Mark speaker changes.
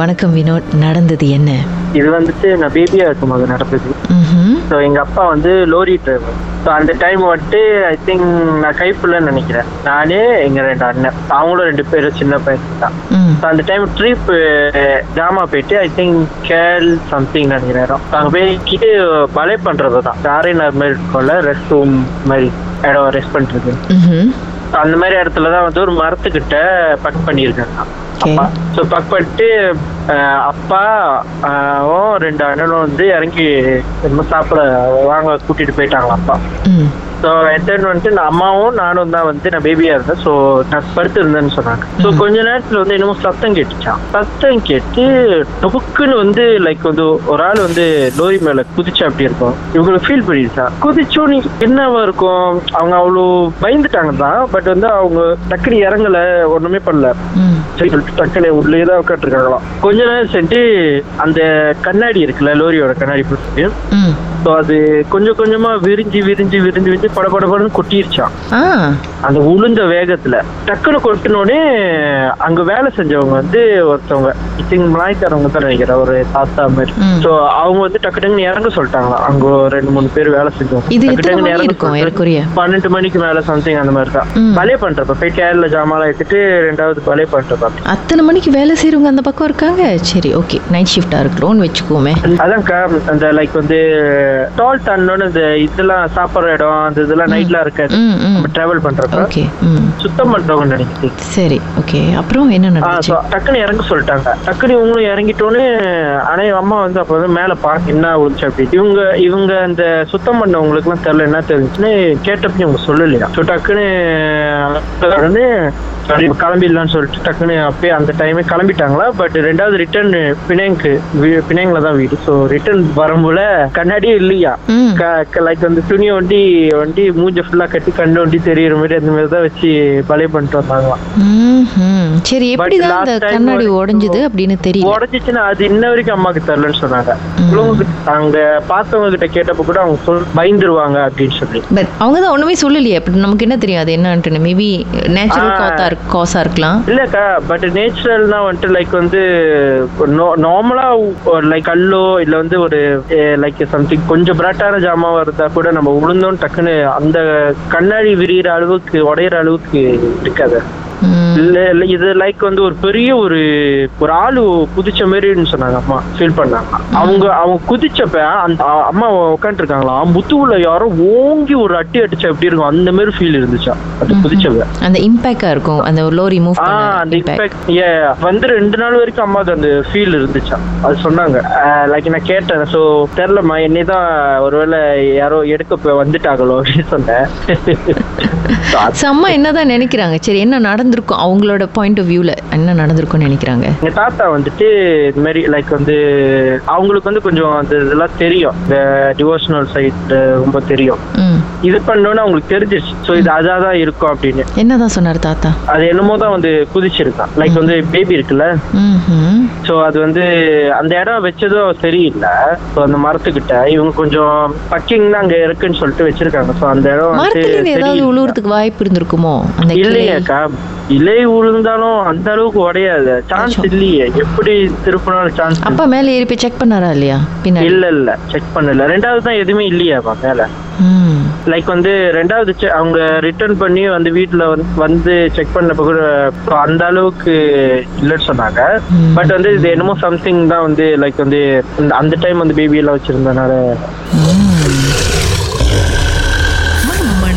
Speaker 1: வணக்கம் வினோத் நடந்தது என்ன
Speaker 2: இது வந்துட்டு நான் பேபியா இருக்கும் போது நடந்தது
Speaker 1: ம்ஹும்.
Speaker 2: ஸோ எங்க அப்பா வந்து லோரி டிரைவர் ஸோ அந்த டைம் வந்துட்டு ஐ திங்க் நான் கைப்புலன்னு நினைக்கிறேன் நானே எங்க ரெண்டு அண்ணன் அவங்களும் ரெண்டு பேரும் சின்ன பையன் தான்
Speaker 1: ம்
Speaker 2: So, அந்த டைம் ட்ரிப் ஜாமா போயிட்டு ஐ திங்க் கேல் சம்திங் நினைக்கிற இடம் So, அங்க போய்கிட்டு பலே பண்றது தான் சாரினார் மாதிரி இருக்கும்ல ரெஸ்ட் ரூம் மாதிரி இடம் ரெஸ்ட் பண்றது
Speaker 1: ம்ஹும்.
Speaker 2: So, அந்த மாதிரி இடத்துல தான் வந்து ஒரு மரத்துக்கிட்ட பக் பண்ணியிருக்காங்க
Speaker 1: Okay.
Speaker 2: அப்பா ஸோ பக் பண்ணிட்டு அஹ், அப்பா அஹ், வும் ரெண்டு அண்ணனும் வந்து இறங்கி ரொம்ப சாப்பிட வாங்க கூட்டிட்டு போயிட்டாங்க அப்பா
Speaker 1: ம்
Speaker 2: ஸோ எத்தனை வந்துட்டு நான் அம்மாவும் நானும் தான் வந்து நான் பேபியா இருந்தேன் ஸோ நான் படுத்து இருந்தேன்னு சொன்னாங்க ஸோ
Speaker 1: ம்.
Speaker 2: கொஞ்ச நேரத்துல வந்து என்னமோ சத்தம் கேட்டுச்சான் சத்தம் கேட்டு டொக்குன்னு வந்து லைக் வந்து ஒரு ஆள் வந்து லோரி மேல குதிச்சா அப்படி இருக்கும் இவங்களுக்கு ஃபீல் பண்ணிருச்சான் குதிச்சோன்னு என்னவா இருக்கும் அவங்க அவ்வளோ பயந்துட்டாங்க தான் பட் வந்து அவங்க டக்குனு இறங்கல ஒண்ணுமே பண்ணல
Speaker 1: ம்
Speaker 2: சரி சொல்லிட்டு டக்குனு உள்ளே தான் உட்காந்துருக்காங்களாம் கொஞ்ச நேரம் சென்று அந்த கண்ணாடி இருக்குல்ல லோரியோட கண்ணாடி பிடிச்சி
Speaker 1: ம்
Speaker 2: ஸோ அது கொஞ்சம் கொஞ்சமா விரிஞ்சு விரிஞ்சு விரிஞ்சு விரிஞ்சு படபடபடன்னு கொட்டிருச்சான்
Speaker 1: ஆ
Speaker 2: அந்த உளுந்த வேகத்துல டக்குனு கொட்டினோடனே அங்க வேலை செஞ்சவங்க வந்து ஒருத்தவங்க இத்திங் மலாய்க்காரவங்க தான் நினைக்கிறேன் ஒரு தாத்தா மாதிரி
Speaker 1: ம்.
Speaker 2: ஸோ அவங்க வந்து டக்கு டக்குன்னு இறங்க சொல்லிட்டாங்களாம் அங்க ஒரு ரெண்டு மூணு பேர் வேலை செஞ்சவங்க
Speaker 1: இது
Speaker 2: டக்கு
Speaker 1: எத்தனை மணி
Speaker 2: டக்குன்னு இறங்க
Speaker 1: இருக்கும்
Speaker 2: சொல்லிட்டு-
Speaker 1: ஏறக்குறைய?
Speaker 2: பன்னெண்டு மணிக்கு மேல சம்திங் அந்த மாதிரி தான்
Speaker 1: ம்.
Speaker 2: பலே பண்றப்ப போய் கேரள ஜாமாலாம் எடுத்துட்டு ரெண்டாவது பலே பண்றப்ப
Speaker 1: அத்தனை மணிக்கு வேலை செய்கிறவங்க அந்த பக்கம் இருக்காங்க சரி ஓகே நைட் ஷிஃப்டாக இருக்கிறோன்னு வச்சுக்கோமே
Speaker 2: அதான்க்கா அந்த லைக் வந்து டோல் தண்ணோன்னு இந்த இதெல்லாம் சாப்பிடுற இடம் அந்த இதெல்லாம் நைட்லாம் இருக்காது
Speaker 1: ம் ம்
Speaker 2: நம்ம டிராவல் பண்றப்ப
Speaker 1: ஓகே ம்
Speaker 2: சுத்தம் பண்றவங்க நினைக்கிறேன்
Speaker 1: சரி ஓகே அப்புறம் என்ன
Speaker 2: ஆ,
Speaker 1: நடந்துச்சு
Speaker 2: so டக்குன்னு இறங்க சொல்லிட்டாங்க டக்குன்னு இவங்களும் இறங்கிட்டோன்னு ஆனா என் அம்மா வந்து அப்ப வந்து மேல பா என்ன விழுந்துச்சு அப்படி இவங்க இவங்க அந்த சுத்தம் பண்ணவங்களுக்கு எல்லாம் தெரியல என்ன தெரிஞ்சுன்னு கேட்டப்ப இவங்க சொல்லலையா ஸோ டக்குன்னு உடனே சரி, கிளம்பிடலாம்னு சொல்லிட்டு டக்குன்னு அப்பயே அந்த டைமே கிளம்பிட்டாங்களா பட் ரெண்டாவது ரிட்டர்ன் பிணைங்கு பிணைங்கில தான் வீடு ஸோ ரிட்டர்ன் வரும்போல கண்ணாடியே இல்லையா
Speaker 1: ம்
Speaker 2: லைக் வந்து துணியை வண்டி வண்டி மூஞ்ச ஃபுல்லா கட்டி கண்ணு வண்டி தெரியுற மாதிரி அந்த மாதிரி தான் வச்சு பழைய பண்ணிட்டு வந்தாங்களாம்
Speaker 1: ம்ஹும். சரி எப்படிதான்
Speaker 2: last
Speaker 1: அந்த
Speaker 2: time
Speaker 1: கண்ணாடி
Speaker 2: வரைக்கும்
Speaker 1: உடைஞ்சது அப்படின்னு தெரியல
Speaker 2: உடஞ்சிச்சுன்னா அது இன்ன வரைக்கும் அம்மாக்கு தரலன்னு சொன்னாங்க
Speaker 1: ம்.
Speaker 2: உள்ளவங்க- அங்க பார்த்தவங்க கிட்ட கேட்டப்ப கூட அவங்க சொல் பயந்துருவாங்க அப்படின்னு சொல்லி
Speaker 1: பட் அவங்க தான் ஒண்ணுமே சொல்லலையே அப்படி நமக்கு என்ன தெரியும் அது என்னன்ட்டு மேபி நேச்சுரல்
Speaker 2: ஆ.
Speaker 1: காத்தா இருக்கு காசா இருக்கலாம்
Speaker 2: இல்லக்கா பட் நேச்சுரல்னா வந்துட்டு லைக் வந்து நார்மலா லைக் கல்லோ இல்ல வந்து ஒரு லைக் சம்திங் கொஞ்சம் பிராட்டான ஜாமாவா இருந்தா கூட நம்ம உளுந்தோம் டக்குன்னு அந்த கண்ணாடி விரியிற அளவுக்கு உடையிற அளவுக்கு இருக்காது
Speaker 1: ம்.
Speaker 2: இல்ல இல்ல, இது லைக் வந்து ஒரு பெரிய ஒரு ஒரு ஆளு குதிச்ச மாதிரின்னு சொன்னாங்க அம்மா ஃபீல் பண்ணாங்க அவங்க அவங்க குதிச்சப்ப அந்த அ- அம்மா உட்காந்து இருக்காங்களா முத்துவுல யாரோ ஓங்கி ஒரு அட்டி அடிச்சா எப்படி இருக்கும் அந்த மாதிரி ஃபீல் இருந்துச்சா அது குதிச்சப்ப
Speaker 1: அந்த இம்பாக்டா இருக்கும் அந்த லோரி மூவ்
Speaker 2: ஆ அந்த
Speaker 1: பண்ண impact.
Speaker 2: இம்பாக்ட் ஏ வந்து ரெண்டு நாள் வரைக்கும் அம்மா அது அந்த ஃபீல் இருந்துச்சாம் அது சொன்னாங்க லைக் நான் கேட்டேன் ஸோ தெரிலம்மா என்னை தான் ஒருவேளை யாரோ எடுக்க போய் வந்துட்டாங்களோ அப்படின்னு சொன்னேன் So, அது-
Speaker 1: செம்ம என்னதான் நினைக்கிறாங்க சரி என்ன நடந்திருக்கும் அவங்களோட பாயிண்ட் ஆஃப் வியூல என்ன நடந்திருக்கும்னு நினைக்கிறாங்க
Speaker 2: எங்க தாத்தா வந்துட்டு இது மாதிரி லைக் வந்து அவங்களுக்கு வந்து கொஞ்சம் அந்த இதெல்லாம் தெரியும் இந்த டிவோஷனல் சைட் ரொம்ப தெரியும்
Speaker 1: ம்.
Speaker 2: இது பண்ணோன்னு அவங்களுக்கு தெரிஞ்சிருச்சு ஸோ இது அதாக தான் இருக்கும் அப்படின்னு
Speaker 1: என்னதான் சொன்னார் தாத்தா
Speaker 2: அது என்னமோ தான் வந்து குதிச்சிருக்கான் லைக் வந்து பேபி இருக்குல்ல
Speaker 1: ம்ஹும்.
Speaker 2: ஸோ அது வந்து அந்த இடம் வச்சதும் சரியில்லை ஸோ அந்த மரத்துக்கிட்ட இவங்க கொஞ்சம் பக்கிங் தான் அங்க இருக்குன்னு சொல்லிட்டு வச்சிருக்காங்க ஸோ அந்த இடம் வந்து
Speaker 1: மரத்துல ஏதாவது
Speaker 2: சரியில்லை.
Speaker 1: உழுவுறதுக்கு வாய்ப்பு இருந்திருக்குமோ அந்த கிளை
Speaker 2: இல்லையாக்கா இலை உழுந்தாலும் அந்த அளவுக்கு உடையாது சான்ஸ்
Speaker 1: அச்சோ.
Speaker 2: இல்லையே எப்படி திருப்பினாலும் சான்ஸ்
Speaker 1: அப்பா மேல ஏறி போய் செக் பண்ணாரா இல்லையா பின்னாடி
Speaker 2: இல்ல இல்ல செக் பண்ணல ரெண்டாவது தான் எதுவுமே இல்லையாப்பா மேல
Speaker 1: ம்.
Speaker 2: லைக் வந்து ரெண்டாவது che- அவங்க ரிட்டர்ன் பண்ணி வந்து வீட்டுல வந்து- வந்து செக் பண்ணப்ப கூட so அந்த அளவுக்கு இல்லைன்னு சொன்னாங்க
Speaker 1: ம்.
Speaker 2: பட் வந்து இது என்னமோ சம்திங் தான் வந்து லைக் வந்து இந்த- அந்த டைம் வந்து பேபி எல்லாம் வச்சிருந்தனால
Speaker 3: மர்மமான